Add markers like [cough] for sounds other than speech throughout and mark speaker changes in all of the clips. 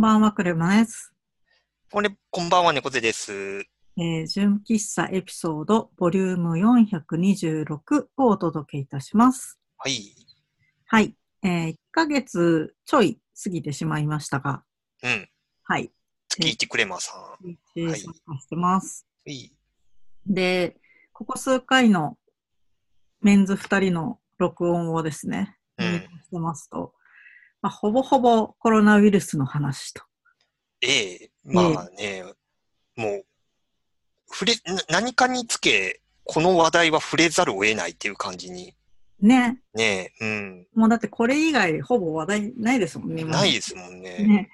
Speaker 1: ばんは、車です。
Speaker 2: これ、こんばんは、猫背です。
Speaker 1: えー、純喫茶エピソード、ボリューム426をお届けいたします。
Speaker 2: はい。
Speaker 1: はい。えー、1ヶ月ちょい過ぎてしまいましたが、
Speaker 2: うん。
Speaker 1: はい。
Speaker 2: 聞いてくれまさん。は
Speaker 1: 一致参加してます。
Speaker 2: い。
Speaker 1: で、ここ数回のメンズ2人の録音をですね、
Speaker 2: う
Speaker 1: 見
Speaker 2: ん
Speaker 1: 返。してますと、まあ、ほぼほぼコロナウイルスの話と。
Speaker 2: ええまあね、もう、触れ、な何かにつけ、この話題は触れざるを得ないっていう感じに。
Speaker 1: ね。
Speaker 2: ねえ、うん。
Speaker 1: もうだってこれ以外ほぼ話題ないですもんね。今
Speaker 2: ないですもんね。
Speaker 1: ね。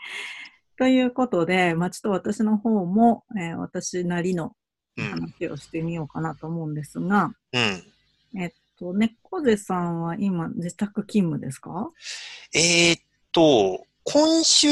Speaker 1: ということで、まあ、ちょっと私の方も、えー私なりの
Speaker 2: うん。
Speaker 1: 話をしてみようかなと思うんですが、
Speaker 2: うん。
Speaker 1: と猫背さんは今自宅勤務ですか
Speaker 2: えーっと、今週、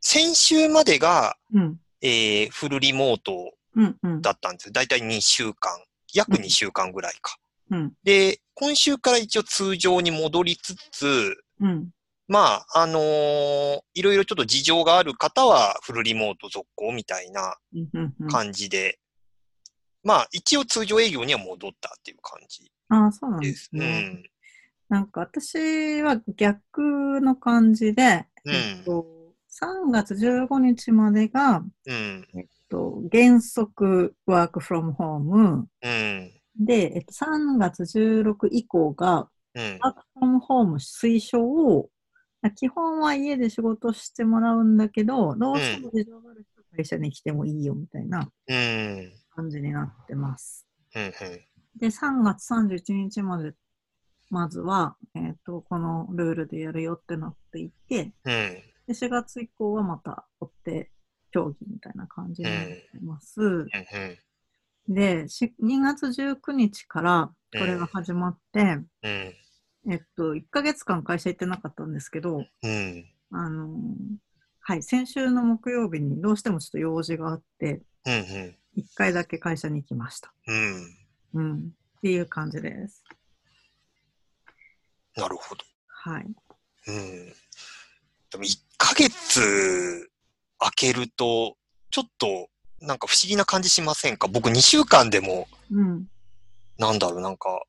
Speaker 2: 先週までが、
Speaker 1: うん。
Speaker 2: えーフルリモート
Speaker 1: うんうん。
Speaker 2: だったんですよ。だいたい2週間。約2週間ぐらいか。
Speaker 1: うん。
Speaker 2: で、今週から一応通常に戻りつつ、
Speaker 1: うん。
Speaker 2: まあ、あのーいろいろちょっと事情がある方はフルリモート続行みたいな
Speaker 1: うんうんうん、
Speaker 2: 感じで、まあ、一応通常営業には戻ったっていう感じ
Speaker 1: ああ、そうなん
Speaker 2: で
Speaker 1: ですす。ね。
Speaker 2: うん。
Speaker 1: なんか私は逆の感じで、
Speaker 2: うん
Speaker 1: えっと、3月15日までが、
Speaker 2: うん。
Speaker 1: えっと、原則ワークフロムホーム
Speaker 2: うん。
Speaker 1: で、えっと、3月16以降が
Speaker 2: うん。
Speaker 1: ワークフロムホーム推奨を、基本は家で仕事してもらうんだけど、どうしても事情がある人は会社に来てもいいよみたいな
Speaker 2: うん。
Speaker 1: 感じになってます。
Speaker 2: うん。
Speaker 1: で、3月31日まで、まずは、えっ、と、このルールでやるよってなっていて、
Speaker 2: うん。
Speaker 1: で4月以降はまた追って競技みたいな感じになってます。
Speaker 2: うん。
Speaker 1: で、し2月19日からこれが始まって、
Speaker 2: うん。
Speaker 1: えっと、1ヶ月間会社行ってなかったんですけど、
Speaker 2: うん。
Speaker 1: あのーはい、先週の木曜日にどうしてもちょっと用事があって、
Speaker 2: うん。
Speaker 1: 1回だけ会社に行きました。
Speaker 2: うん。
Speaker 1: うん。っていう感じです。
Speaker 2: なるほど。
Speaker 1: はい。
Speaker 2: うん。でも、1ヶ月空けると、ちょっと、なんか不思議な感じしませんか僕2週間でも、
Speaker 1: うん。
Speaker 2: なんだろう、なんか、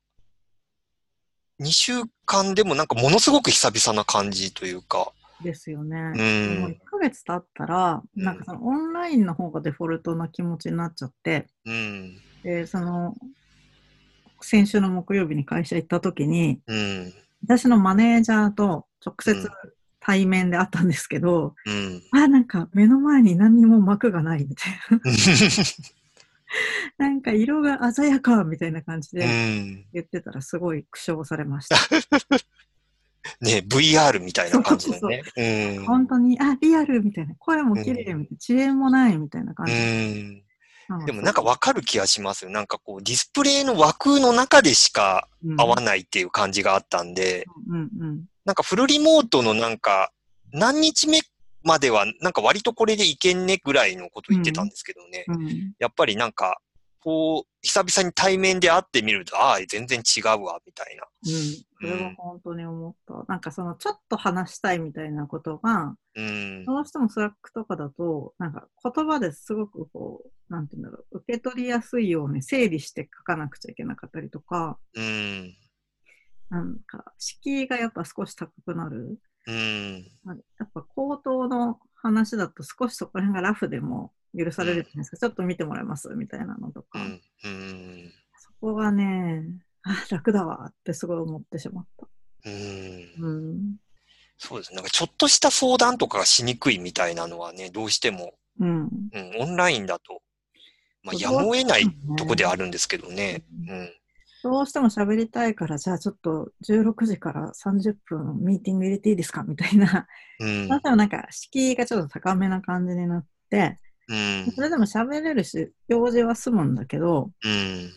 Speaker 2: 2週間でもなんかものすごく久々な感じというか、
Speaker 1: ですよ
Speaker 2: う
Speaker 1: ね。もう1
Speaker 2: ん、
Speaker 1: ヶ月経ったら、
Speaker 2: うん
Speaker 1: なんかそのオンラインの方がデフォルトな気持ちになっちゃって、
Speaker 2: うん、
Speaker 1: で、その、先週の木曜日に会社行った時に、
Speaker 2: うん、
Speaker 1: 私のマネージャーと直
Speaker 2: う
Speaker 1: 接
Speaker 2: ん
Speaker 1: 対面で会ったんですけど、
Speaker 2: うん。
Speaker 1: あ、なんか目の前に何にも幕がないみたいな。なんか色が鮮やかみたいな感じ
Speaker 2: う
Speaker 1: で
Speaker 2: [laughs] ん。
Speaker 1: 言ってたらすごい苦笑されました。
Speaker 2: ね、VR みたいな感じだよね。うん。
Speaker 1: 本当に、あ、リアルみたいな。声も綺麗みたいな。遅延もないみたいな感
Speaker 2: う
Speaker 1: じ。
Speaker 2: ん。
Speaker 1: なの
Speaker 2: でもなんか、わかる気がしますよ。なんかこう、ディスプレイの枠の中でしか
Speaker 1: うん
Speaker 2: 合わないっていう感じがあったんで、
Speaker 1: うんうん。
Speaker 2: なんかフルリモートのなんか、何日目までは、なんか割とこれでいけんねぐらいのこと言ってたんですけどね。
Speaker 1: うん。
Speaker 2: やっぱりなんか、こう、久々に対面で会ってみると、ああ、全然違うわ、みたいな。
Speaker 1: うん。それは本当に思った。なんかその、ちょっと話したいみたいなことが、
Speaker 2: うん。
Speaker 1: どうしてもスラックとかだと、なんか言葉ですごくこう、なんて言うんだろう、受け取りやすいように整理して書かなくちゃいけなかったりとか、
Speaker 2: うん。
Speaker 1: なんか、敷居がやっぱ少し高くなる。
Speaker 2: うん。
Speaker 1: まあやっぱ口頭の話だと少しそこら辺がラフでも許されるじゃないですか、ちょっと見てもらえますみたいなのと
Speaker 2: う
Speaker 1: か、
Speaker 2: ん。うん。
Speaker 1: そこがねあ楽だわってすごい思ってしまった、
Speaker 2: うん。
Speaker 1: うん
Speaker 2: そうですね。なんかちょっとした相談とかがしにくいみたいなのはね、どうしても、
Speaker 1: うん、
Speaker 2: うん、オンラインだと、ま
Speaker 1: そ
Speaker 2: あ、
Speaker 1: う
Speaker 2: やむを得ないとこであ
Speaker 1: る、
Speaker 2: るんですけどね。
Speaker 1: うん
Speaker 2: うん。
Speaker 1: どうしても喋りたいからじゃあちょっと16時から30分ミーティング入れていいですかみたいな、
Speaker 2: うん
Speaker 1: そ。うしてもなんか敷居がちょっと高めな感じになって
Speaker 2: うん
Speaker 1: そ。れでも喋れるし用事は済むんだけど、
Speaker 2: うん。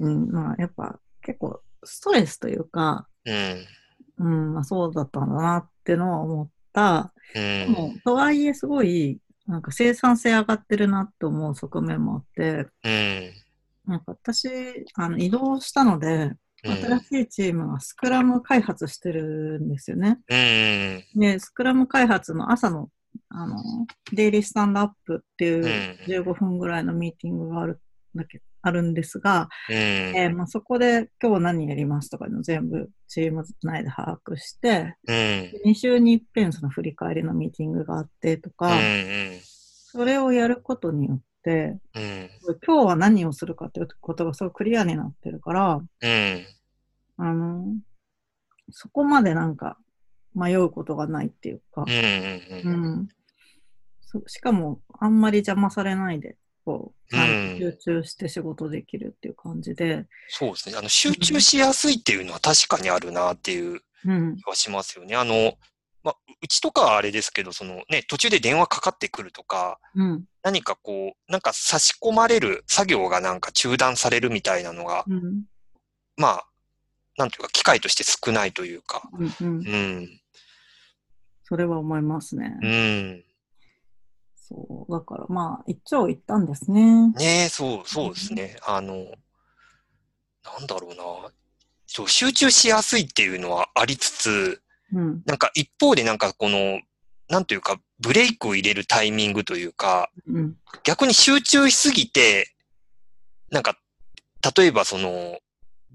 Speaker 1: うん、まあやっぱ結構ストレスというか
Speaker 2: うん。
Speaker 1: うん、まあ、そうだったんだなってのは思った。
Speaker 2: う
Speaker 1: で
Speaker 2: ん。
Speaker 1: もとはいえ、すごい、なんか生産性上がってるなって思う側面もあって、
Speaker 2: うん。
Speaker 1: なんか私、あの移動したので、新しいチームがスクラム開発してるんですよね。
Speaker 2: うん。
Speaker 1: で、スクラム開発の朝のああの、デイリースタンドアップっていううん15分ぐらいのミーティングがあるんだけあるんですが、
Speaker 2: うん。
Speaker 1: えーまあ、そこで今日何やりますとかいうのを全部チーム内で把握して、
Speaker 2: うん。
Speaker 1: 2週に一遍その振り返りのミーティングがあってと
Speaker 2: うん。
Speaker 1: か、それをやることによって、
Speaker 2: うん。うん。
Speaker 1: 今日は何をするかっていうことがすごいクリアになってるから、
Speaker 2: うん。
Speaker 1: あの、そこまでなんか迷うことがないっていうか、
Speaker 2: うん。
Speaker 1: う
Speaker 2: うん。
Speaker 1: ん。そしかも、あんまり邪魔されないで、こう、
Speaker 2: うん
Speaker 1: 集中して仕事できるっていう感じで、
Speaker 2: そうですね。あの、集中しやすいっていうのは確かにあるなっていう
Speaker 1: うん。
Speaker 2: 気はしますよね。あの、まあ、うちとかはあれですけど、そのね、途中で電話かかってくるとか、
Speaker 1: うん。
Speaker 2: 何かこう、なんか差し込まれる作業がなんか中断されるみたいなのが、
Speaker 1: うん。
Speaker 2: まあ、なんていうか、機会として少ないというか。
Speaker 1: うん。うん
Speaker 2: う。ん。
Speaker 1: それは思いますね。
Speaker 2: うん。
Speaker 1: そう。だから、まあ、一長一短ですね。
Speaker 2: ねえ、そう、そうですね。あの、なんだろうな。そう、集中しやすいっていうのはありつつ、
Speaker 1: うん。
Speaker 2: なんか一方でなんかこの、なんというか、ブレイクを入れるタイミングというか、
Speaker 1: うん。
Speaker 2: 逆に集中しすぎて、なんか、例えばその、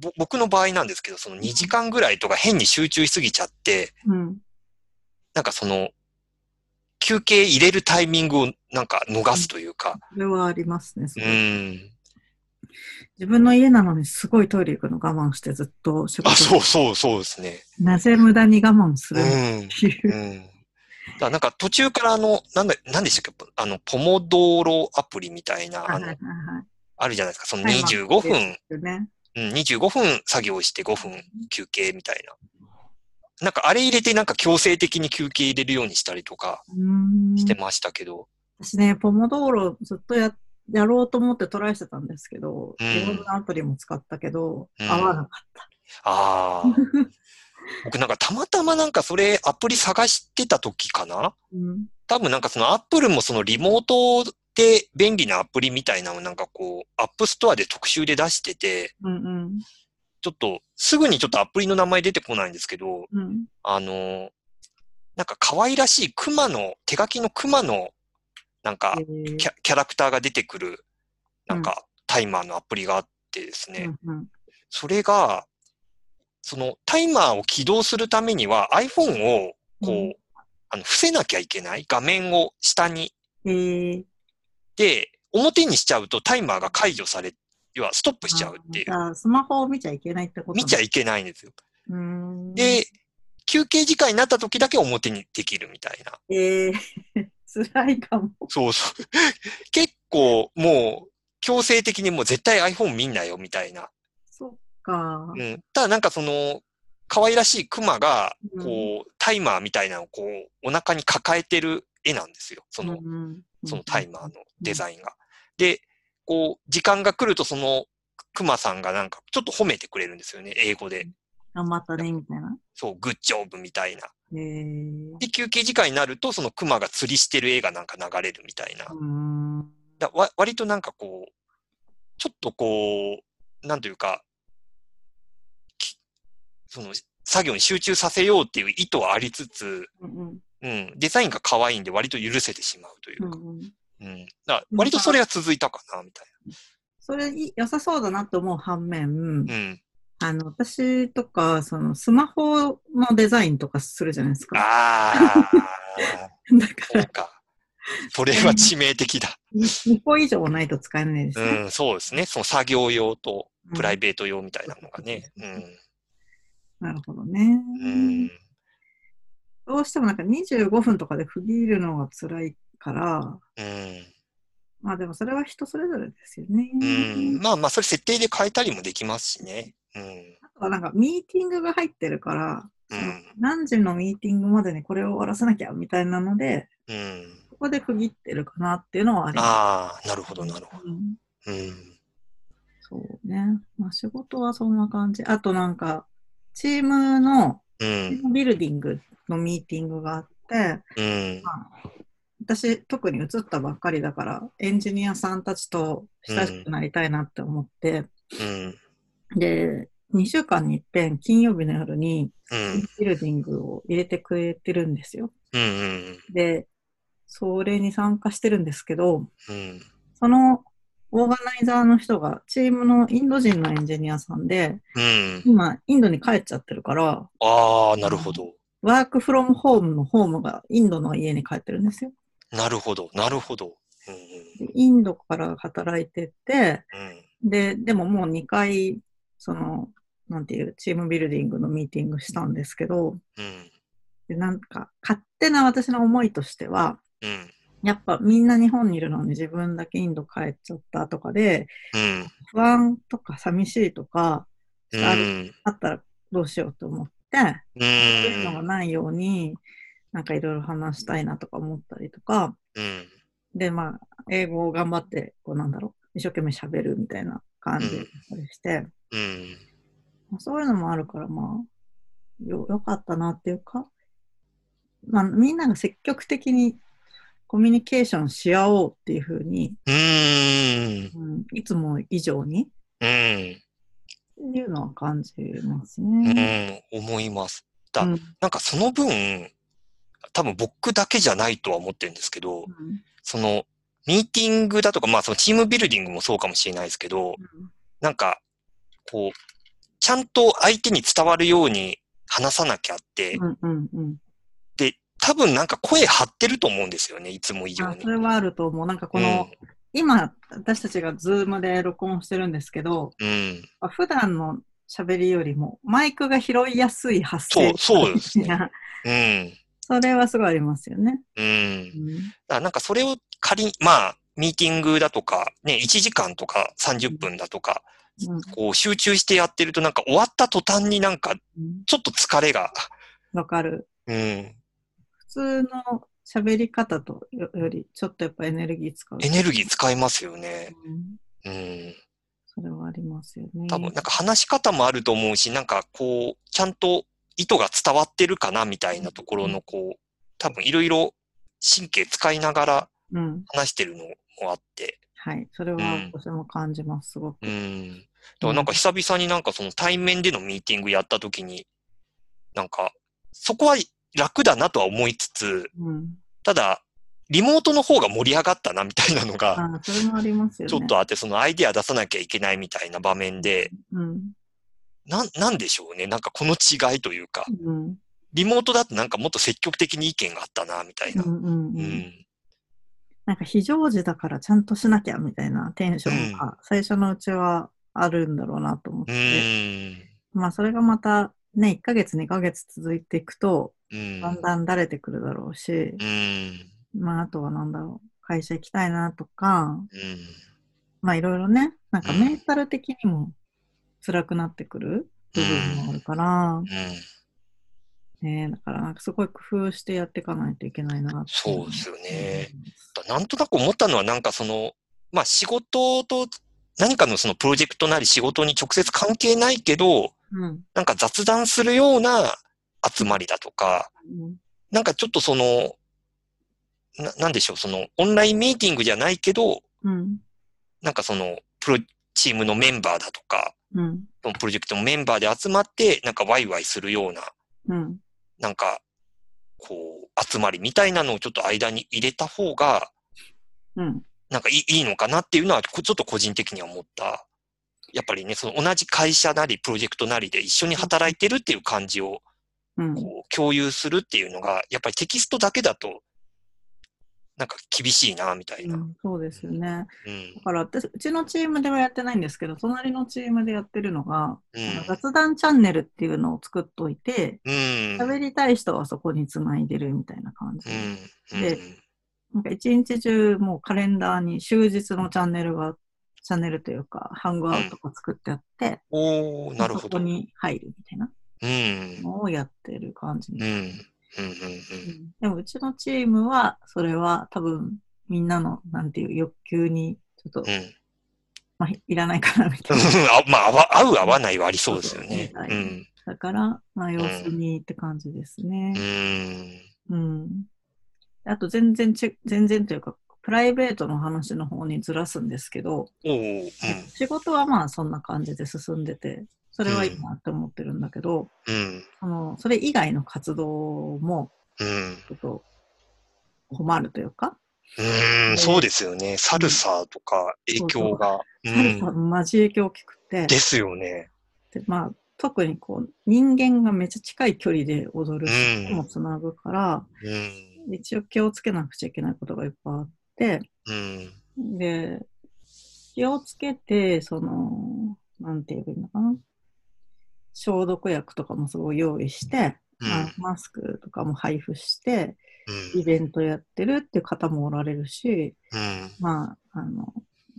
Speaker 2: ぼ僕の場合なんですけど、その2時間ぐらいとか変に集中しすぎちゃって、
Speaker 1: うん。
Speaker 2: なんかその、休憩入れるタイミングをなんか逃すというか、
Speaker 1: それはありますね。す
Speaker 2: う
Speaker 1: ごい
Speaker 2: ん。
Speaker 1: 自分の家なのにすごいトイレ行くの我慢してずっと仕
Speaker 2: あ、
Speaker 1: 事
Speaker 2: そうそうそうですね。
Speaker 1: なぜ無駄に我慢す
Speaker 2: う
Speaker 1: るっ
Speaker 2: ん。
Speaker 1: て
Speaker 2: [laughs]
Speaker 1: いう。
Speaker 2: うんだからなんか途中からあの、なんだ、なんでしたっけ、あの、ポモドーロアプリみたいな、
Speaker 1: は
Speaker 2: あ
Speaker 1: いはいは
Speaker 2: の
Speaker 1: い、は
Speaker 2: あるじゃないですか、その
Speaker 1: はいまあ
Speaker 2: 25分、
Speaker 1: い。ね。
Speaker 2: うん、25分作業して5分休憩みたいな。なんかあれ入れてなんか強制的に休憩入れるようにしたりとか
Speaker 1: うーん
Speaker 2: してましたけど、
Speaker 1: 私ね、ポモドーロずっとややろうと思ってトライしてたんですけど、
Speaker 2: うん
Speaker 1: いろんなアプリも使ったけど、
Speaker 2: うん
Speaker 1: 合わなかった。
Speaker 2: ああ。僕なんかたまたまなんかそれアプリ探してた時かな
Speaker 1: うん。
Speaker 2: 多分なんかそのアップルもそのリモートで便利なアプリみたいなのをなんかこう、アップストアで特集で出してて、
Speaker 1: うんうん。
Speaker 2: ちょっと、すぐにちょっとアプリの名前出てこないんですけど、
Speaker 1: うん。
Speaker 2: あのーなんか可愛らしい熊の、手書きの熊の、なんか
Speaker 1: え、ー
Speaker 2: キャキャラクターが出てくる、なんか、タイマーのアプリがあってですね、
Speaker 1: うんうん
Speaker 2: それが、その、タイマーを起動するためには iPhone を、こう、
Speaker 1: うん
Speaker 2: あの、伏せなきゃいけない画面を下に。
Speaker 1: えー、
Speaker 2: で、表にしちゃうとタイマーが解除され、要はストップしちゃうって
Speaker 1: あ
Speaker 2: いう。
Speaker 1: じゃあスマホを見ちゃいけないってこと
Speaker 2: 見ちゃ
Speaker 1: い
Speaker 2: いけないんですよ。
Speaker 1: うーん。
Speaker 2: で、休憩時間になった時だけ表にできるみたいな。
Speaker 1: えー、 [laughs] 辛いかも。
Speaker 2: そうそう。 [laughs] 結構もう強制的にもう絶対 iPhone 見んなよみたいな。
Speaker 1: そっか。
Speaker 2: うん。ただなんかその、可愛らしいクマが、
Speaker 1: うん
Speaker 2: こう、タイマーみたいなのをこう、お腹に抱えてる絵なんですよ。そ
Speaker 1: う
Speaker 2: の、
Speaker 1: ん
Speaker 2: そのタイマーのデザインが。で、こう、時間が来るとその、クマさんがなんかちょっと褒めてくれるんですよね、英語で。
Speaker 1: 頑張ったね、みたいな。
Speaker 2: そう、グッジョブみたいな。
Speaker 1: えー、
Speaker 2: で、休憩時間になると、そのクマが釣りしてる絵がなんか流れるみたいな。
Speaker 1: うーん。
Speaker 2: だわ割となんかこう、ちょっとこう、なんというか、きその作業に集中させようっていう意図はありつつ、
Speaker 1: うんうん
Speaker 2: うん、デザインが可愛いんで割と許せてしまうといううんか、
Speaker 1: うん
Speaker 2: うん。だから割とそれが続いたかな、みたい
Speaker 1: それい良さそうだなと思う反面、
Speaker 2: な。うん。
Speaker 1: あの、私とか、その、スマホのデザインとかするじゃないですか。
Speaker 2: あ
Speaker 1: だか
Speaker 2: あ、 [laughs] そうか。それは致命的だ。
Speaker 1: ら、2個以上ないと使えないです
Speaker 2: う
Speaker 1: ね。
Speaker 2: ん、そうですね。その作業用と
Speaker 1: うん
Speaker 2: プライベート用みたいなのがね。
Speaker 1: なるほどね。
Speaker 2: うん。うん。
Speaker 1: どうしてもなんか25分とかで区切るのが辛いから、
Speaker 2: うん。
Speaker 1: まあでもそれは人それぞれですよね。
Speaker 2: うん、まあまあ、それ設定で変えたりもできますしね。うん。
Speaker 1: あとはなんかミーティングが入ってるから、
Speaker 2: う
Speaker 1: その
Speaker 2: ん。
Speaker 1: 何時のミーティングまでにこれを終わらせなきゃみたいなので、
Speaker 2: うん。
Speaker 1: ここで区切ってるかなっていうのはあります。
Speaker 2: ああ、なるほど、なるほ
Speaker 1: うん
Speaker 2: ど。うん。
Speaker 1: そうね。まあ仕事はそんな感じ。あとなんか、チームの
Speaker 2: う
Speaker 1: チー
Speaker 2: ん。
Speaker 1: ムビルディングのミーティングがあって、
Speaker 2: うん。
Speaker 1: 私特に移ったばっかりだから、エンジニアさんたちと親しくなりたいなって思って、
Speaker 2: うん。
Speaker 1: で、2週間に一遍金曜日の夜に
Speaker 2: うん。
Speaker 1: ビルディングを入れてくれてるんですよ。
Speaker 2: うん。
Speaker 1: で、それに参加してるんですけど、
Speaker 2: うん。
Speaker 1: そのオーガナイザーの人が、チームのインド人のエンジニアさんで、
Speaker 2: うん。
Speaker 1: 今、インドに帰っちゃってるから、
Speaker 2: ああ、なるほど。
Speaker 1: ワークフロムホームのホームがインドの家に帰ってるんですよ。
Speaker 2: なるほど。なるほど。うん
Speaker 1: でインドから働いてて、
Speaker 2: うん。うん。
Speaker 1: で、でももう2回、その、なんていう、チームビルディングのミーティングしたんですけど、
Speaker 2: うん。
Speaker 1: でなんか、勝手な私の思いとしては、
Speaker 2: うん。
Speaker 1: やっぱみんな日本にいるのに自分だけインド帰っちゃったとかで、
Speaker 2: うん。
Speaker 1: 不安とか寂しいとかある
Speaker 2: うん。
Speaker 1: あったらどうしようと思って、
Speaker 2: う
Speaker 1: そういうのが
Speaker 2: ん。
Speaker 1: ないように、なんかいろいろ話したいなとか思ったりとか、
Speaker 2: うん。
Speaker 1: で、まあ、英語を頑張って、こうなんだろう、一生懸命喋るみたいな感じ
Speaker 2: う
Speaker 1: だ
Speaker 2: ん
Speaker 1: ったりして、
Speaker 2: うん。
Speaker 1: まあそういうのもあるから、まあ、よ、良かったなっていうか、まあ、みんなが積極的にコミュニケーションし合おうっていうふうに、
Speaker 2: うん。
Speaker 1: うん、いつも以上に、
Speaker 2: う
Speaker 1: っ
Speaker 2: ん。
Speaker 1: ていうのは感じます
Speaker 2: う
Speaker 1: ね。
Speaker 2: ん、思います。
Speaker 1: う
Speaker 2: だ
Speaker 1: ん。
Speaker 2: なんかその分、多分僕だけじゃないとは思ってるんですけど、その、ミーティングだとか、まあそのチームビルディングもそうかもしれないですけど、なんか、こう、ちゃんと相手に伝わるように話さなきゃって、
Speaker 1: うんうんうん。
Speaker 2: で、多分なんか声張ってると思うんですよね、いつも以上
Speaker 1: あ、
Speaker 2: に。
Speaker 1: それはあると思う。なんかこの、今、私たちがズームで録音してるんですけど、
Speaker 2: うん、うん。
Speaker 1: まあ普段の喋りよりも、マイクが拾いやすい発声。
Speaker 2: そうそうですね
Speaker 1: いや
Speaker 2: うん。
Speaker 1: それはすごいありますよね。
Speaker 2: うん。
Speaker 1: うん。
Speaker 2: だからなんかそれを仮に、まあ、ミーティングだとか、ね、1時間とか30分だとか、
Speaker 1: うん
Speaker 2: こう集中してやってるとなんか終わった途端になんか
Speaker 1: うん
Speaker 2: ちょっと疲れが、
Speaker 1: わかる。
Speaker 2: うん、
Speaker 1: 普通の喋り方とよより、ちょっとやっぱエネルギー使う。
Speaker 2: エネルギー使いますよね。
Speaker 1: うん
Speaker 2: うん。
Speaker 1: それはありますよね。
Speaker 2: 多分なんか話し方もあると思うし、なんかこう、ちゃんと意図が伝わってるかなみたいなところのこう、多分いろいろ神経使いながら
Speaker 1: うん。
Speaker 2: 話してるのもあって、
Speaker 1: はい。それは
Speaker 2: うん
Speaker 1: 私も感じます、すごく。
Speaker 2: うん。だからなんか久々になんかその対面でのミーティングやった時に、なんか、そこは楽だなとは思いつつ、
Speaker 1: うん。
Speaker 2: ただ、リモートの方が盛り上がったなみたいなのが、
Speaker 1: あそれもありますよね。
Speaker 2: ちょっとあって、そのアイデア出さなきゃいけないみたいな場面で、
Speaker 1: うん。
Speaker 2: なん、なんでしょうね。なんかこの違いというか、
Speaker 1: うん。
Speaker 2: リモートだとなんかもっと積極的に意見があったな、みたい
Speaker 1: うん
Speaker 2: な。
Speaker 1: うん
Speaker 2: う
Speaker 1: うん、
Speaker 2: ん。
Speaker 1: なんか非常時だからちゃんとしなきゃみたいなテンションが最初のうちはあるんだろうなと思っ
Speaker 2: う
Speaker 1: て、
Speaker 2: ん。
Speaker 1: まあそれがまたね、1ヶ月2ヶ月続いていくと、
Speaker 2: うん。
Speaker 1: だんだん慣れてくるだろうし、
Speaker 2: うん。
Speaker 1: まああとはなんだろう、会社行きたいなとか、
Speaker 2: うん。
Speaker 1: まあいろいろね、なんか
Speaker 2: うん
Speaker 1: メンタル的にも辛くなってくる部分もあるから、
Speaker 2: うん。
Speaker 1: ね、だからなんかすごい工夫してやっていかないといけないなってい
Speaker 2: そうですよね。
Speaker 1: うん
Speaker 2: なんとなく思ったのは、なんかその、まあ仕事と、何かのそのプロジェクトなり仕事に直接関係ないけど、
Speaker 1: うん。
Speaker 2: なんか雑談するような集まりだとか、
Speaker 1: うん
Speaker 2: なんかちょっとその、な、なんでしょう、その、オンラインミーティングじゃないけど、
Speaker 1: うん。
Speaker 2: なんかその、プロ、チームのメンバーだとか、
Speaker 1: うん。
Speaker 2: そのプロジェクトのメンバーで集まって、なんかワイワイするような、
Speaker 1: うん。
Speaker 2: なんか、こう、集まりみたいなのをちょっと間に入れた方が、
Speaker 1: うん。
Speaker 2: なんかいいいいのかなっていうのは、こちょっと個人的には思った。やっぱりね、その同じ会社なり、プロジェクトなりで一緒に働いてるっていう感じを、
Speaker 1: うん
Speaker 2: こう、共有するっていうのが、やっぱりテキストだけだと、なんか厳しいな、みたいうな。
Speaker 1: ん、そうですよね。
Speaker 2: うん
Speaker 1: だ。から私、うちのチームではやってないんですけど、隣のチームでやってるのが、
Speaker 2: う
Speaker 1: あの
Speaker 2: ん。
Speaker 1: 雑談チャンネルっていうのを作っといて、
Speaker 2: うん。
Speaker 1: 喋りたい人はそこに繋いでるみたいな感じ
Speaker 2: う
Speaker 1: で。
Speaker 2: ん。
Speaker 1: でなんか一日中、もうカレンダーに終日のチャンネルが、チャンネルというか、ハングアウトが作ってあって、
Speaker 2: おおなる
Speaker 1: そ
Speaker 2: ほど。
Speaker 1: こ
Speaker 2: うん。
Speaker 1: に入るみたいな
Speaker 2: うん。
Speaker 1: のをやってる感じ、
Speaker 2: うん。うん。うん
Speaker 1: うんでもうちのチームは、それは多分、みんなの、なんていう欲求に、ちょっと、
Speaker 2: うん。うん。
Speaker 1: まあ、い [laughs] らないかなみたいな。
Speaker 2: あまあ、合わ合う合わないはありそうですよね。
Speaker 1: そうそう
Speaker 2: う。
Speaker 1: うんだから、まあ、様子見って感じです
Speaker 2: う
Speaker 1: ね。
Speaker 2: ん。
Speaker 1: うん。あと、全然ち、全然というか、プライベートの話の方にずらすんですけど、
Speaker 2: おー
Speaker 1: 仕事はまあ、そんな感じで進んでて、それはいいなって思ってるんだけど、
Speaker 2: うん。うん。
Speaker 1: その、それ以外の活動も、
Speaker 2: うん。
Speaker 1: ちょっと、困るというか、
Speaker 2: うーん、そうですよね。サルサとか影響が。う
Speaker 1: サルサ
Speaker 2: ん。
Speaker 1: マジ影響大きくて、
Speaker 2: ですよね。
Speaker 1: でまあ、特にこう人間がめっちゃ近い距離で踊る
Speaker 2: うん
Speaker 1: 人もつなぐから、
Speaker 2: うん。
Speaker 1: 一応気をつけなくちゃいけないことがいっぱいあって、
Speaker 2: うん。
Speaker 1: で、気をつけて、その、なんて言えばいいのかな。消毒薬とかもすごい用意して、
Speaker 2: うん
Speaker 1: まあマスクとかも配布して、
Speaker 2: う
Speaker 1: イ
Speaker 2: ん。
Speaker 1: ベントやってるっていう方もおられるし、
Speaker 2: うん。
Speaker 1: まあ、あの、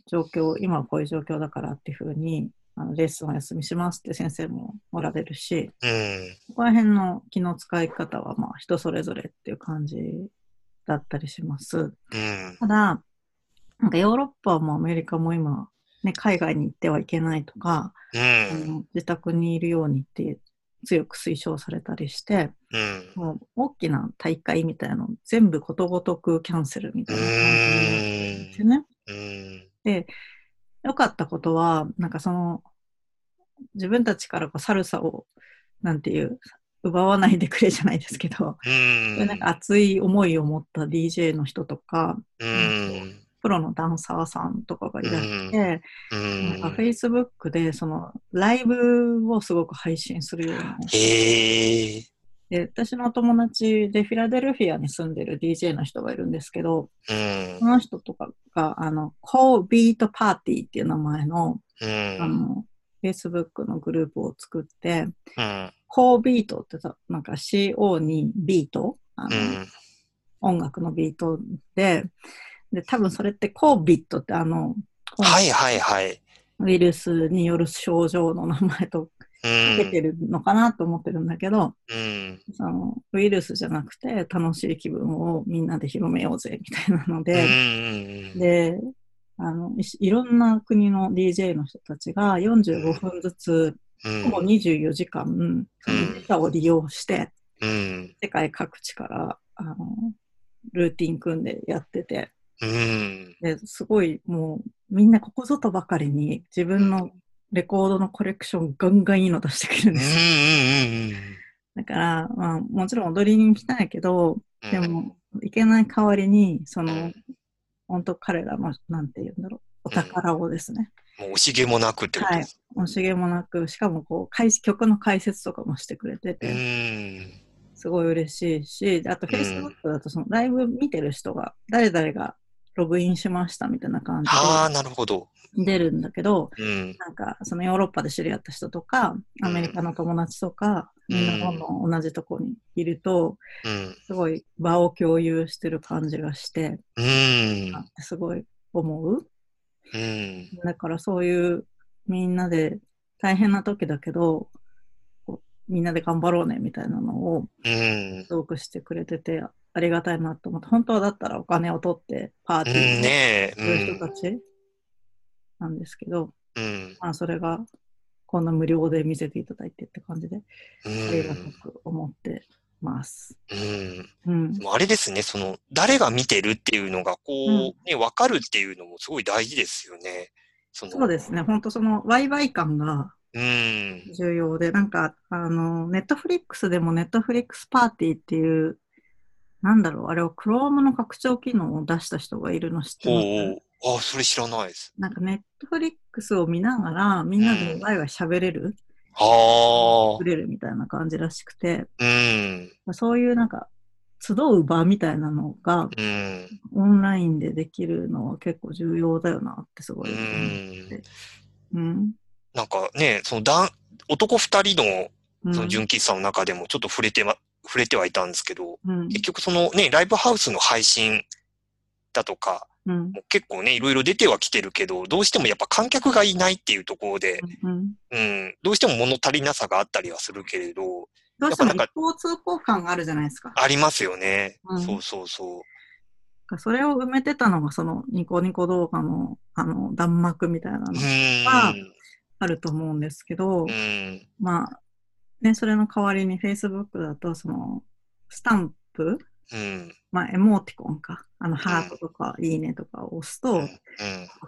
Speaker 1: 状況、今はこういう状況だからっていうふうに、あのレッスンお休みしますって先生もおられるし、
Speaker 2: うん。
Speaker 1: ここら辺の気の使い方はまあ人それぞれっていう感じだったりします。
Speaker 2: うん。
Speaker 1: ただ、なんかヨーロッパもアメリカも今、ね、海外に行ってはいけないとか、
Speaker 2: うん。
Speaker 1: あの自宅にいるようにって強く推奨されたりして、
Speaker 2: うん。
Speaker 1: もう大きな大会みたいなの全部ことごとくキャンセルみたいな感じになってですね。
Speaker 2: うん。
Speaker 1: で、良かったことは、なんかその、自分たちからこうサルサを、なんていう、奪わないでくれじゃないですけど、
Speaker 2: うん。
Speaker 1: なんか熱い思いを持った DJ の人とか、
Speaker 2: うん。
Speaker 1: プロのダンサーさんとかがいらして、
Speaker 2: う
Speaker 1: なんか
Speaker 2: ん。
Speaker 1: Facebook でそのライブをすごく配信するような。
Speaker 2: へえ。
Speaker 1: で、私のお友達でフィラデルフィアに住んでる DJ の人がいるんですけど、
Speaker 2: うん
Speaker 1: そ。の人とかが、あの、Co Beat Party っていう名前の、
Speaker 2: う
Speaker 1: あ
Speaker 2: ん。
Speaker 1: の、Facebook のグループを作って、
Speaker 2: うん。
Speaker 1: Co Beat ってさなんか CO にビート、あ
Speaker 2: う
Speaker 1: の
Speaker 2: ん。
Speaker 1: 音楽のビートで、で、多分それって Co Beat ってあの、
Speaker 2: はいはいはい。
Speaker 1: ウイルスによる症状の名前と
Speaker 2: う
Speaker 1: 受けて
Speaker 2: ん。
Speaker 1: るのかなと思ってるんだけど、
Speaker 2: うん。
Speaker 1: そのウイルスじゃなくて楽しい気分をみんなで広めようぜみたいなの
Speaker 2: うん。う
Speaker 1: で、
Speaker 2: ん。
Speaker 1: であのいしいろんな国の DJ の人たちが45分ずつ、
Speaker 2: うん
Speaker 1: ほぼ24時間、その時差を利用して、
Speaker 2: うん。
Speaker 1: 世界各地からあのルーティン組んでやってて、
Speaker 2: うん。
Speaker 1: ですごいもうみんなここぞとばかりに自分のレコードのコレクションガンガンいいの出してくるん
Speaker 2: うん。う
Speaker 1: ですよだ
Speaker 2: ん。
Speaker 1: から、まあ、もちろん踊りに行きたいけど、
Speaker 2: うん。
Speaker 1: でも、行けない代わりに、そうの
Speaker 2: ん、
Speaker 1: 本当彼らの、なんて言うんだろう、お宝をですね、
Speaker 2: もう惜しげもなくってことです。
Speaker 1: 惜しげもなく、しかもこう解説、曲の解説とかもしてくれてて、
Speaker 2: うん。
Speaker 1: すごい嬉しいし、あと、
Speaker 2: うん
Speaker 1: Facebook だと、その、ライブ見てる人が、誰々がログインしましたみたいな感じ
Speaker 2: ああ、なるほど。
Speaker 1: で出るんだけど、
Speaker 2: うん。
Speaker 1: なんか、そのヨーロッパで知り合った人とか、アメリカの友達とか、
Speaker 2: うん
Speaker 1: みんなどんどん同じとこにいると、
Speaker 2: うん。
Speaker 1: すごい場を共有してる感じがして、
Speaker 2: うん。
Speaker 1: すごい思う。
Speaker 2: うん。
Speaker 1: だからそういうみんなで大変な時だけど、こうみんなで頑張ろうねみたいなのを
Speaker 2: うん。
Speaker 1: すごくしてくれてて、ありがたいなと思って、本当はだったらお金を取ってパー
Speaker 2: う
Speaker 1: テ
Speaker 2: ん。
Speaker 1: ィーに
Speaker 2: ねえ。
Speaker 1: する人たちなんですけど、
Speaker 2: うん。
Speaker 1: まあそれがこんな無料で見せていただいてって感じで、
Speaker 2: う
Speaker 1: ありがた
Speaker 2: ん。
Speaker 1: く思ってます。
Speaker 2: うん。
Speaker 1: うん
Speaker 2: で。もあれですね、その、誰が見てるっていうのが、こう、ね、わかるっていうのもすごい大事ですよね。その、
Speaker 1: そうですね、本当そのワイワイ感が
Speaker 2: うん。
Speaker 1: 重要で、なんか、あの、ネットフリックスでもネットフリックスパーティーっていう、なんだろう、あれを Chrome の拡張機能を出した人がいるの知って
Speaker 2: お
Speaker 1: ま
Speaker 2: う
Speaker 1: す
Speaker 2: おうあ、それ知らないです。
Speaker 1: なんかネットフリックスを見ながら、みんな
Speaker 2: う
Speaker 1: で
Speaker 2: ん
Speaker 1: ワイワイ喋れる、
Speaker 2: ああ
Speaker 1: 触。れるみたいな感じらしくて、
Speaker 2: うん。
Speaker 1: そういうなんか、集う場みたいなのが
Speaker 2: うん。
Speaker 1: オンラインでできるのは結構重要だよなってすご
Speaker 2: う
Speaker 1: い思
Speaker 2: ん
Speaker 1: って。うん。
Speaker 2: なんかね、その男、男二人の
Speaker 1: うん。
Speaker 2: その純喫茶の中でもちょっと触れてま、触れてはいたんですけど、
Speaker 1: うん。
Speaker 2: 結局そのね、ライブハウスの配信だとか、
Speaker 1: うん。
Speaker 2: もう結構ね、いろいろ出てはきてるけど、どうしてもやっぱ観客がいないっていうところで、
Speaker 1: うん。
Speaker 2: うん、どうしても物足りなさがあったりはするけれど、
Speaker 1: どうしても一方通行感があるじゃないですか。
Speaker 2: ありますよね。
Speaker 1: うん
Speaker 2: そうそうそ
Speaker 1: それを埋めてたのが、そのニコニコ動画の、あの、弾幕みたいな
Speaker 2: う。う
Speaker 1: の
Speaker 2: ん。
Speaker 1: ああると思うんですけど、
Speaker 2: うん。
Speaker 1: まあ、ね、それの代わりに Facebook だと、その、スタンプ、
Speaker 2: うん。
Speaker 1: まあ、エモーティコンか、あの、ハートとか、いいねとかを押す
Speaker 2: う
Speaker 1: と
Speaker 2: ん、。うん。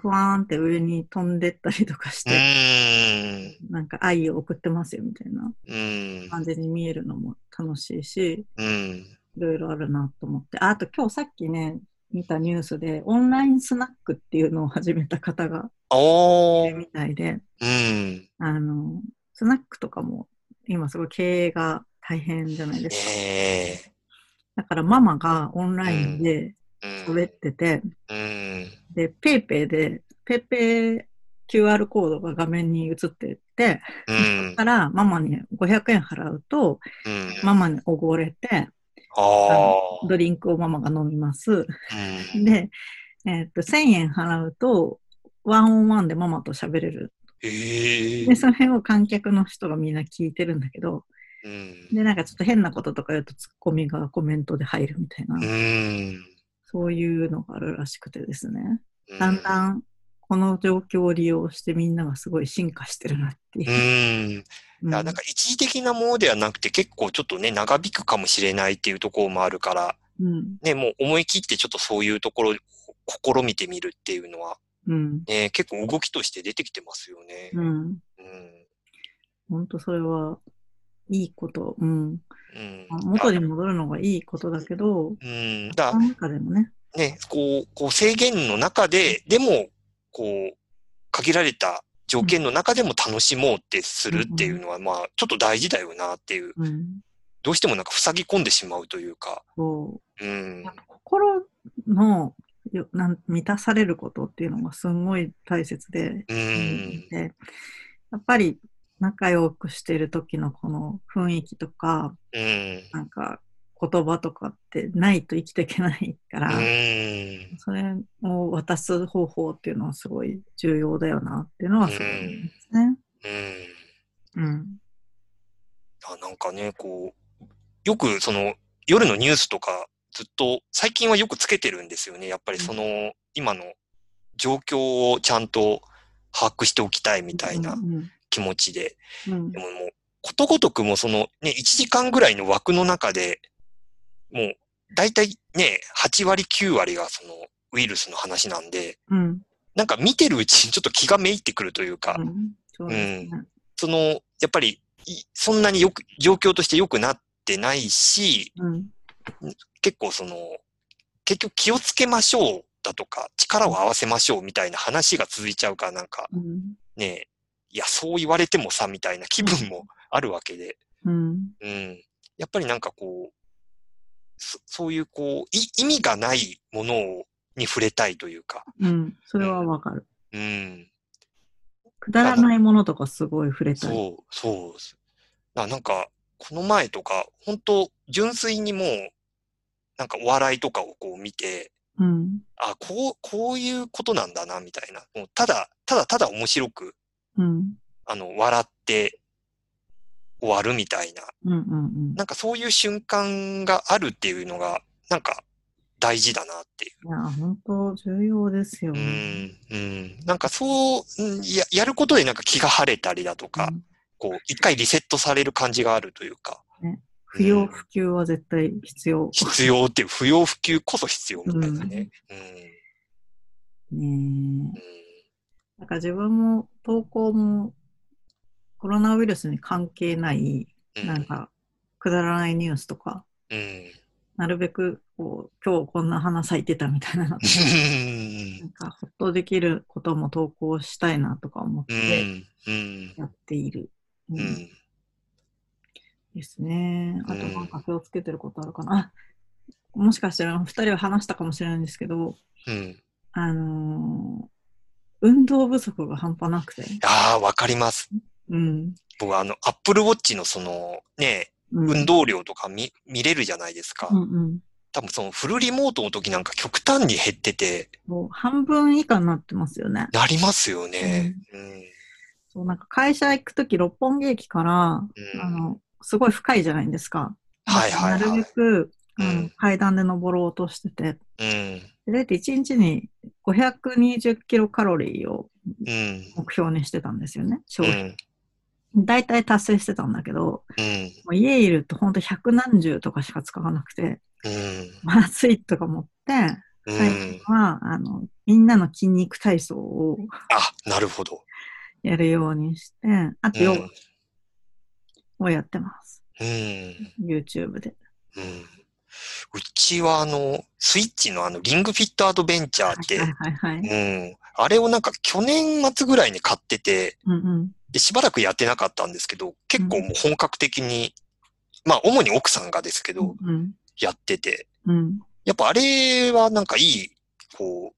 Speaker 1: ふわーんって上に飛んでったりとかし
Speaker 2: う
Speaker 1: て、
Speaker 2: ん。
Speaker 1: なんか愛を送ってますよみたいな
Speaker 2: うん。
Speaker 1: 感じに見えるのも楽しいし、
Speaker 2: うん。
Speaker 1: いろいろあるなと思って。ああと今日さっきね、見たニュースで、オンラインスナックっていうのを始めた方がい
Speaker 2: お
Speaker 1: る
Speaker 2: ー。
Speaker 1: みたいで、
Speaker 2: うん。
Speaker 1: あの、スナックとかも今すごい経営が大変じゃないですか。
Speaker 2: え
Speaker 1: だからママがオンラインで
Speaker 2: えー。うん
Speaker 1: 喋ってて、
Speaker 2: うん。
Speaker 1: で、ペイペイで、ペイペイ QR コードが画面に映ってて、
Speaker 2: うん。
Speaker 1: からママに500円払うと、
Speaker 2: うん。
Speaker 1: ママにおごれて、
Speaker 2: ああ。
Speaker 1: ドリンクをママが飲みます。
Speaker 2: うん。
Speaker 1: で、えーっと、1000円払うと、ワンオンワンでママと喋れる。
Speaker 2: ええ
Speaker 1: で、。それを観客の人がみんな聞いてるんだけど、
Speaker 2: うん。
Speaker 1: で、なんかちょっと変なこととか言うとツッコミがコメントで入るみたいな、
Speaker 2: うん。
Speaker 1: そういうのがあるらしくてですね。
Speaker 2: う
Speaker 1: だんだんこの状況を利用してみんながすごい進化してるなっていうう。
Speaker 2: ん。
Speaker 1: うん
Speaker 2: いや、なんか一時的なものではなくて結構ちょっとね、長引くかもしれないっていうところもあるから、
Speaker 1: うん。
Speaker 2: ね、もう思い切ってちょっとそういうところを試みてみるっていうのは、
Speaker 1: うん。
Speaker 2: ね、結構動きとして出てきてますよね。
Speaker 1: うん。
Speaker 2: うん。
Speaker 1: ほんとそれは、いいこと。うん。
Speaker 2: うん。
Speaker 1: あ元に戻るのがいいことだけど、
Speaker 2: うん。だ
Speaker 1: その中でもね。
Speaker 2: ね、こう、こう制限の中で、でも、こう、限られた条件の中でも楽しもうってするっていうのは、まあ、ちょっと大事だよなっていう、
Speaker 1: うん。
Speaker 2: どうしてもなんか塞ぎ込んでしまうというか、
Speaker 1: そう。
Speaker 2: うん
Speaker 1: やっ。ぱ心のよなん満たされることっていうのがすんごい大切で、
Speaker 2: うん。
Speaker 1: でやっぱり仲良くしてる時のこの雰囲気とか
Speaker 2: うん。
Speaker 1: なんか言葉とかってないと生きていけないから、
Speaker 2: うん。
Speaker 1: それを渡す方法っていうのはすごい重要だよなっていうのはすごい思いますね。
Speaker 2: うん。
Speaker 1: うん
Speaker 2: あなんかね、こう、よくその、夜のニュースとか、ずっと、最近はよくつけてるんですよね。やっぱりその、今の状況をちゃんと把握しておきたいみたいな
Speaker 1: うん
Speaker 2: 気持ちで。
Speaker 1: うん
Speaker 2: でももう、ことごとくもうその、ね、1時間ぐらいの枠の中で、もう、だいたいね、8割、9割がその、ウイルスの話なんで、
Speaker 1: うん
Speaker 2: なんか見てるうちにちょっと気がめいってくるというか
Speaker 1: う、んそうですね
Speaker 2: その、やっぱり、いそんなによく、状況として良くなってないし、
Speaker 1: うん
Speaker 2: 結構その、結局気をつけましょうだとか、力を合わせましょうみたいな話が続いちゃうから、なんか
Speaker 1: うん
Speaker 2: ね、いや、そう言われてもさ、みたいな気分もあるわけで、
Speaker 1: うん
Speaker 2: うん。やっぱりなんかこう、そそういうこうい、意味がないものを、に触れたいというか、
Speaker 1: うんそれはわかる。
Speaker 2: うん。
Speaker 1: くだらないものとかすごい触れたり。
Speaker 2: そう、そうです。ななんか、この前とか、本当純粋にもう、なんかお笑いとかをこう見て、
Speaker 1: うん。
Speaker 2: あ、こう、こういうことなんだな、みたいな。もうただ、ただただ面白く、
Speaker 1: うん。
Speaker 2: あの、笑って終わるみたいな。
Speaker 1: うんうんうん。
Speaker 2: なんかそういう瞬間があるっていうのが、なんか大事だなっていう。
Speaker 1: いや、本当重要ですよ
Speaker 2: う
Speaker 1: ね。
Speaker 2: ん、うん。なんかそう、うんや、やることでなんか気が晴れたりだとか、
Speaker 1: うん
Speaker 2: こう、一回リセットされる感じがあるというか。
Speaker 1: 不要不急は絶対必要。
Speaker 2: 必要っていう、不要不急こそ必要みたいなね。うん。
Speaker 1: ねえ。
Speaker 2: うん
Speaker 1: なんか自分も投稿もコロナウイルスに関係ない、
Speaker 2: うん。
Speaker 1: なんかくだらないニュースとか、
Speaker 2: うん。
Speaker 1: なるべくこう今日こんな花咲いてたみたいなのなんかほっとできることも投稿したいなとか思っ
Speaker 2: う
Speaker 1: て
Speaker 2: ん。うん。
Speaker 1: やっている。う
Speaker 2: うんん。
Speaker 1: ですね。あと
Speaker 2: うん
Speaker 1: なんか気をつけてることあるかな。あもしかしたらお二人は話したかもしれないんですけど、
Speaker 2: うん。
Speaker 1: あのー運動不足が半端なくて。
Speaker 2: ああ、わかります。
Speaker 1: うん。
Speaker 2: 僕はあの、Apple Watch のその、ね、
Speaker 1: うん
Speaker 2: 運動量とか見、見れるじゃないですか
Speaker 1: う。んうん。
Speaker 2: 多分そのフルリモートの時なんか極端に減ってて、
Speaker 1: もう半分以下になってますよね。
Speaker 2: なりますよね。うん。
Speaker 1: そうなんか会社行くとき六本木駅から、
Speaker 2: うん
Speaker 1: あの、すごい深いじゃないですか。
Speaker 2: はいはい
Speaker 1: な
Speaker 2: は
Speaker 1: るべ
Speaker 2: い。
Speaker 1: く、あの
Speaker 2: うん
Speaker 1: 階段で登ろうとしてて、
Speaker 2: うん。
Speaker 1: だいたい1日に520キロカロリーを
Speaker 2: うん。
Speaker 1: 目標にしてたんですよね、
Speaker 2: う
Speaker 1: 消費
Speaker 2: ん。
Speaker 1: 大体達成してたんだけど、
Speaker 2: うん。
Speaker 1: もう家いると本当百何十とかしか使わなくて、
Speaker 2: うん。
Speaker 1: まずいとか思って、
Speaker 2: う
Speaker 1: 最
Speaker 2: ん
Speaker 1: 近。は、あの、みんなの筋肉体操を
Speaker 2: あ、なるほど。
Speaker 1: やるようにして、あと
Speaker 2: うん。
Speaker 1: ヨガをやってます。
Speaker 2: うん。
Speaker 1: YouTube で。
Speaker 2: うん。うちはあの、スイッチのあの、リングフィットアドベンチャーって、
Speaker 1: はいはいはいはい。
Speaker 2: うん、あれをなんか去年末ぐらいに買ってて、
Speaker 1: うんうん。
Speaker 2: で、しばらくやってなかったんですけど、結構もう本格的に、まあ、主に奥さんがですけど、
Speaker 1: うん
Speaker 2: やってて、
Speaker 1: うん。
Speaker 2: やっぱあれはなんかいい、こ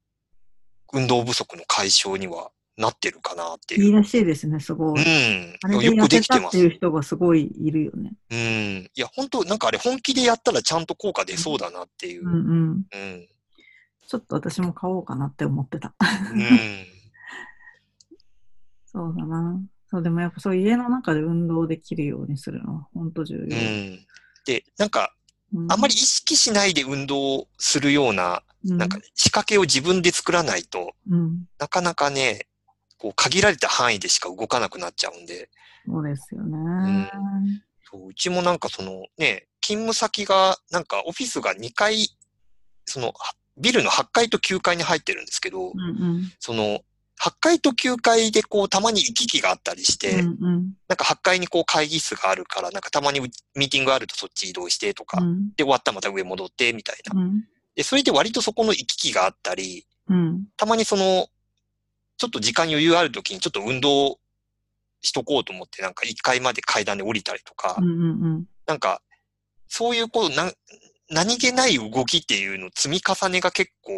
Speaker 2: う、運動不足の解消にはなってるかなって
Speaker 1: い
Speaker 2: い。
Speaker 1: いうらしいですね、すご
Speaker 2: う
Speaker 1: い。あれ
Speaker 2: ん。
Speaker 1: で
Speaker 2: よ
Speaker 1: 痩
Speaker 2: くで
Speaker 1: せ
Speaker 2: き
Speaker 1: た
Speaker 2: て
Speaker 1: っ
Speaker 2: ま
Speaker 1: て
Speaker 2: す。
Speaker 1: いう人がすごいいるよね。
Speaker 2: うん。いや、本当なんかあれ本気でやったらちゃんと効果出そうだなっていう
Speaker 1: ん
Speaker 2: う。うん。
Speaker 1: うん。
Speaker 2: うん。
Speaker 1: ちょっと私も買おうかなって思ってた。 [laughs] そうだな。そう、でもやっぱそう家の中で運動できるようにするのは本当重
Speaker 2: う
Speaker 1: 要。
Speaker 2: ん。で、なんか、
Speaker 1: うん
Speaker 2: あんまり意識しないで運動するような、なんか、仕掛けを自分で作らないと、
Speaker 1: うん。
Speaker 2: なかなかね、こう、限られた範囲でしか動かなくなっちゃうんで、
Speaker 1: そうですよね。
Speaker 2: そううちもなんかそのね、勤務先が、なんかオフィスが2階、その、はビルの8階と9階に入ってるんですけど、
Speaker 1: うんうん。
Speaker 2: その、8階と9階でこう、たまに行き来があったりして、
Speaker 1: うんうん。
Speaker 2: なんか8階にこう会議室があるから、なんかたまにうミーティングあるとそっち移動してとか、
Speaker 1: うん
Speaker 2: で終わったらまた上戻ってみたいな。
Speaker 1: うん
Speaker 2: で、それで割とそこの行き来があったり、
Speaker 1: うん。
Speaker 2: たまにその、ちょっと時間余裕ある時にちょっと運動しとこうと思って、なんか1階まで階段で降りたりとか、
Speaker 1: うんうんうん。
Speaker 2: なんか、そういうこう、な、何気ない動きっていうの積み重ねが結構、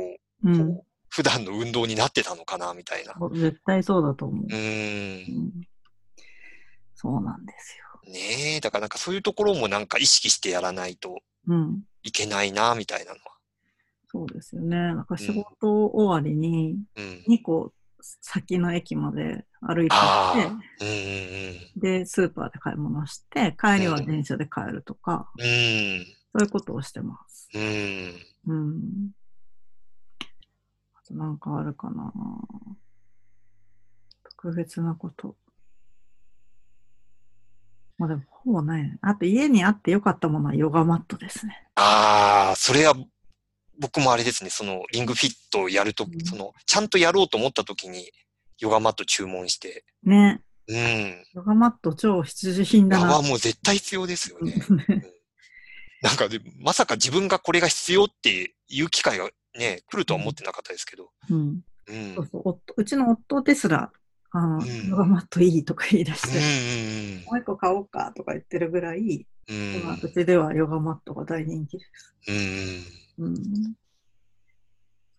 Speaker 1: う
Speaker 2: こ
Speaker 1: ん。
Speaker 2: う、普段の運動になってたのかな、みたいな。
Speaker 1: 絶対そうだと思う。
Speaker 2: うーん
Speaker 1: う。んそうなんです
Speaker 2: ねえ、だからなんかそういうところもなんか意識してやらないと
Speaker 1: よ。うん。
Speaker 2: いけないな、みたいなのは。
Speaker 1: そうですよね。なんか仕事終わりに
Speaker 2: うん。
Speaker 1: 2個先の駅まで歩いて行っ
Speaker 2: うんうん
Speaker 1: て、で、スーパーで買い物して、帰りは電車で帰るとか、
Speaker 2: うん。うん。
Speaker 1: そういうことをしてます。
Speaker 2: うん。
Speaker 1: うん。あとなんかあるかな特別なこと。まあでもほぼないね。あと家にあってよかったものはヨガマットですね。
Speaker 2: ああ、それは僕もあれですね、そのリングフィットをやると
Speaker 1: う、ん
Speaker 2: その、ちゃんとやろうと思った時にヨガマット注文して、
Speaker 1: ね。
Speaker 2: うん。
Speaker 1: ヨガマット超必需品だ
Speaker 2: あ
Speaker 1: な
Speaker 2: は。もう絶対必要ですよね。
Speaker 1: う
Speaker 2: なんかで、まさか自分がこれが必要っていう機会がね、来るとは思ってなかったですけど。
Speaker 1: [laughs] ん
Speaker 2: うん。うん
Speaker 1: そうそう夫うちの夫ですら、あの、
Speaker 2: うん
Speaker 1: ヨガマットいいとか言い出して、
Speaker 2: うん
Speaker 1: もう一個買おうかとか言ってるぐらい、
Speaker 2: うん。う
Speaker 1: 今
Speaker 2: ん
Speaker 1: うちではヨガマットが大人気です。
Speaker 2: うん。
Speaker 1: うん。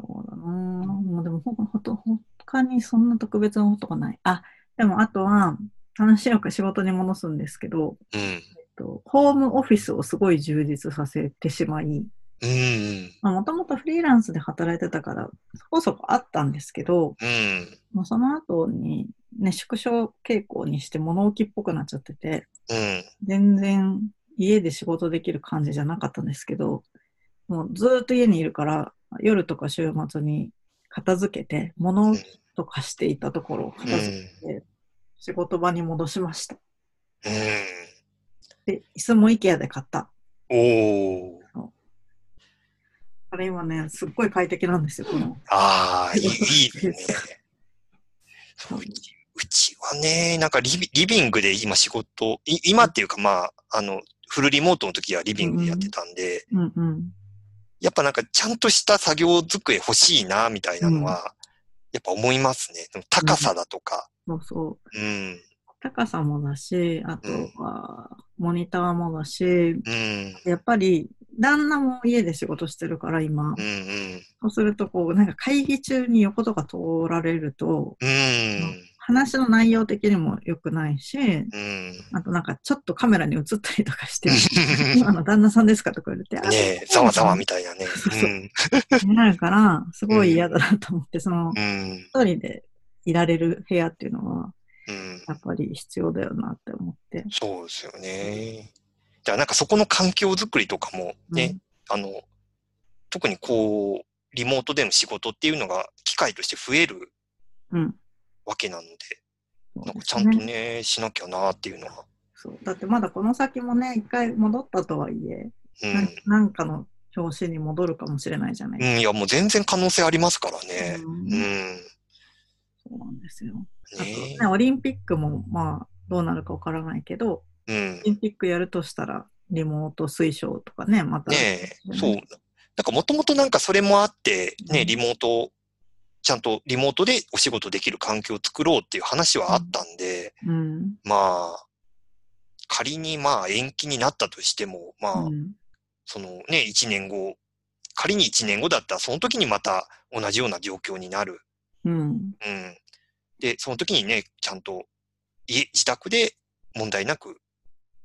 Speaker 1: そうだなぁ。もうでもほほと、他にそんな特別なことがない。あ、でもあとは、話よく仕事に戻すんですけど、
Speaker 2: うん。
Speaker 1: えっと、ホームオフィスをすごい充実させてしまい、
Speaker 2: うん。
Speaker 1: もともとフリーランスで働いてたから、そこそこあったんですけど、
Speaker 2: うん。
Speaker 1: もうその後に、ね、縮小傾向にして物置っぽくなっちゃってて、
Speaker 2: うん。
Speaker 1: 全然家で仕事できる感じじゃなかったんですけど、もうずーっと家にいるから、夜とか週末に片付けて、物置とかしていたところを片付けて、仕事場に戻しました。
Speaker 2: う
Speaker 1: で、椅子も IKEA で買った。
Speaker 2: ん。おー。
Speaker 1: あれ今ね、すっごい快適なんですよ、この。
Speaker 2: ああ、いい、いいですね。そううちうちはね、なんかリビリビングで今仕事、い今っていうかまあ、あの、フルリモートの時はリビングでやってたんで、
Speaker 1: うんうん。
Speaker 2: やっぱなんかちゃんとした作業机欲しいな、みたいなのは、やっぱ思いますね。その高さだとか。
Speaker 1: そうそう。
Speaker 2: うん。
Speaker 1: 高さもだし、あとはモニターもだし、
Speaker 2: うん。
Speaker 1: やっぱり旦那も家で仕事してるから今
Speaker 2: う、ん。
Speaker 1: そうするとこう、なんか会議中に横とか通られると、
Speaker 2: うん。うん。
Speaker 1: 話の内容的にも良くないし、
Speaker 2: うん。
Speaker 1: あとなんかちょっとカメラに映ったりとか
Speaker 2: [laughs]
Speaker 1: して、 [laughs] 今の旦那さんですかとか言われて、あ
Speaker 2: ねえ、ざわざわみ
Speaker 1: み
Speaker 2: たいなね。
Speaker 1: たいになるから、すごい嫌だなと思って、その
Speaker 2: う、ん。
Speaker 1: 一人でいられる部屋っていうのは、
Speaker 2: うん。うん。
Speaker 1: やっぱり必要だよなって思って。
Speaker 2: そうですよね。だからなんかそこの環境づくりとかもね、あの、特にこう、リモートでの仕事っていうのが機会として増える
Speaker 1: うん。うん。
Speaker 2: わけなので、
Speaker 1: そう
Speaker 2: なん
Speaker 1: で
Speaker 2: かち
Speaker 1: す
Speaker 2: ゃ
Speaker 1: ね
Speaker 2: んとね、しなきゃなっていうのは。
Speaker 1: そう。だってまだこの先もね、一回戻ったとはいえ、
Speaker 2: う
Speaker 1: なん
Speaker 2: ん。
Speaker 1: なんかの調子に戻るかもしれないじゃない
Speaker 2: うん、
Speaker 1: で
Speaker 2: いや、もう全然可能性ありますから
Speaker 1: す
Speaker 2: ね
Speaker 1: か。。
Speaker 2: う
Speaker 1: う
Speaker 2: ん。
Speaker 1: ん
Speaker 2: ね
Speaker 1: そうなんですよ。あと
Speaker 2: え
Speaker 1: ね、オリンピックもまあどうなるかわからないけど、
Speaker 2: うん
Speaker 1: オリ。ンピックやるとしたらリモート推奨とかね、また。
Speaker 2: ねえ、そう。なんかもともとなんかそれもあって、
Speaker 1: う
Speaker 2: ね、
Speaker 1: ん
Speaker 2: リモート、ちゃんとリモートでお仕事できる環境を作ろうっていう話はあったんで、
Speaker 1: うん。
Speaker 2: まあ、仮にまあ延期になったとしても、まあ、
Speaker 1: うん。
Speaker 2: そのね、1年後、仮に1年後だったら、その時にまた同じような状況になる。
Speaker 1: うん。
Speaker 2: うん。で、その時にね、ちゃんと家、自宅で問題なく、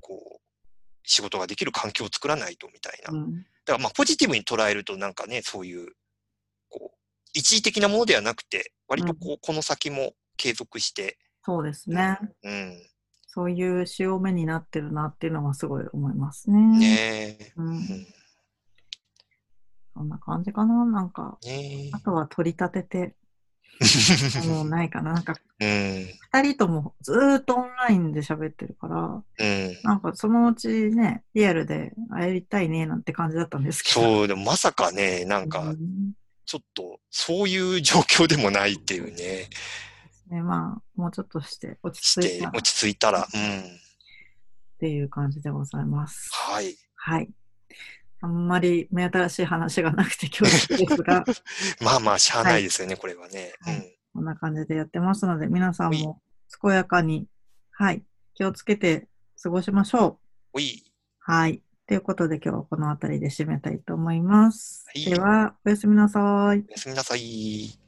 Speaker 2: こう、仕事ができる環境を作らないとみたいな。
Speaker 1: う
Speaker 2: だ
Speaker 1: ん
Speaker 2: からまあ、ポジティブに捉えると、なんかね、そういう、こう、一時的なものではなくて、割とこう、この先も継続して、
Speaker 1: そうですね。
Speaker 2: うん。
Speaker 1: そういう潮目になってるなっていうのはすごい思いますね。
Speaker 2: ねえ。
Speaker 1: う。
Speaker 2: うんん。
Speaker 1: そんな感じかな。なんか、
Speaker 2: ね
Speaker 1: あとは取り立てて、も [laughs] うないかな。なんか、
Speaker 2: え。うん。
Speaker 1: 二人ともずーっとオンラインで喋ってるから、
Speaker 2: うん。
Speaker 1: なんかそのうちね、リアルで会いたいねなんて感じだったんですけど。
Speaker 2: そう、でもまさかね、なんか、
Speaker 1: うん
Speaker 2: ちょっと、そういう状況でもないっていうね。
Speaker 1: ね、まあ、もうちょっとして落ち
Speaker 2: し
Speaker 1: 着い
Speaker 2: て
Speaker 1: た、っ
Speaker 2: 落ち着いたら。うん。
Speaker 1: ていう感じでございます。
Speaker 2: はい。
Speaker 1: はい。あんまり目新しい話がなくて恐縮ですが、
Speaker 2: [laughs] まあまあ、しゃあないですよね、これはね。
Speaker 1: はいこんな感じでやってますので、皆さんも健やかに、はい、気をつけて過ごしましょ
Speaker 2: うん。おい。
Speaker 1: う。はい。ということで今日はこの辺りで締めたいと思います。
Speaker 2: はい
Speaker 1: では、おやすみなさい。
Speaker 2: おやすみなさい。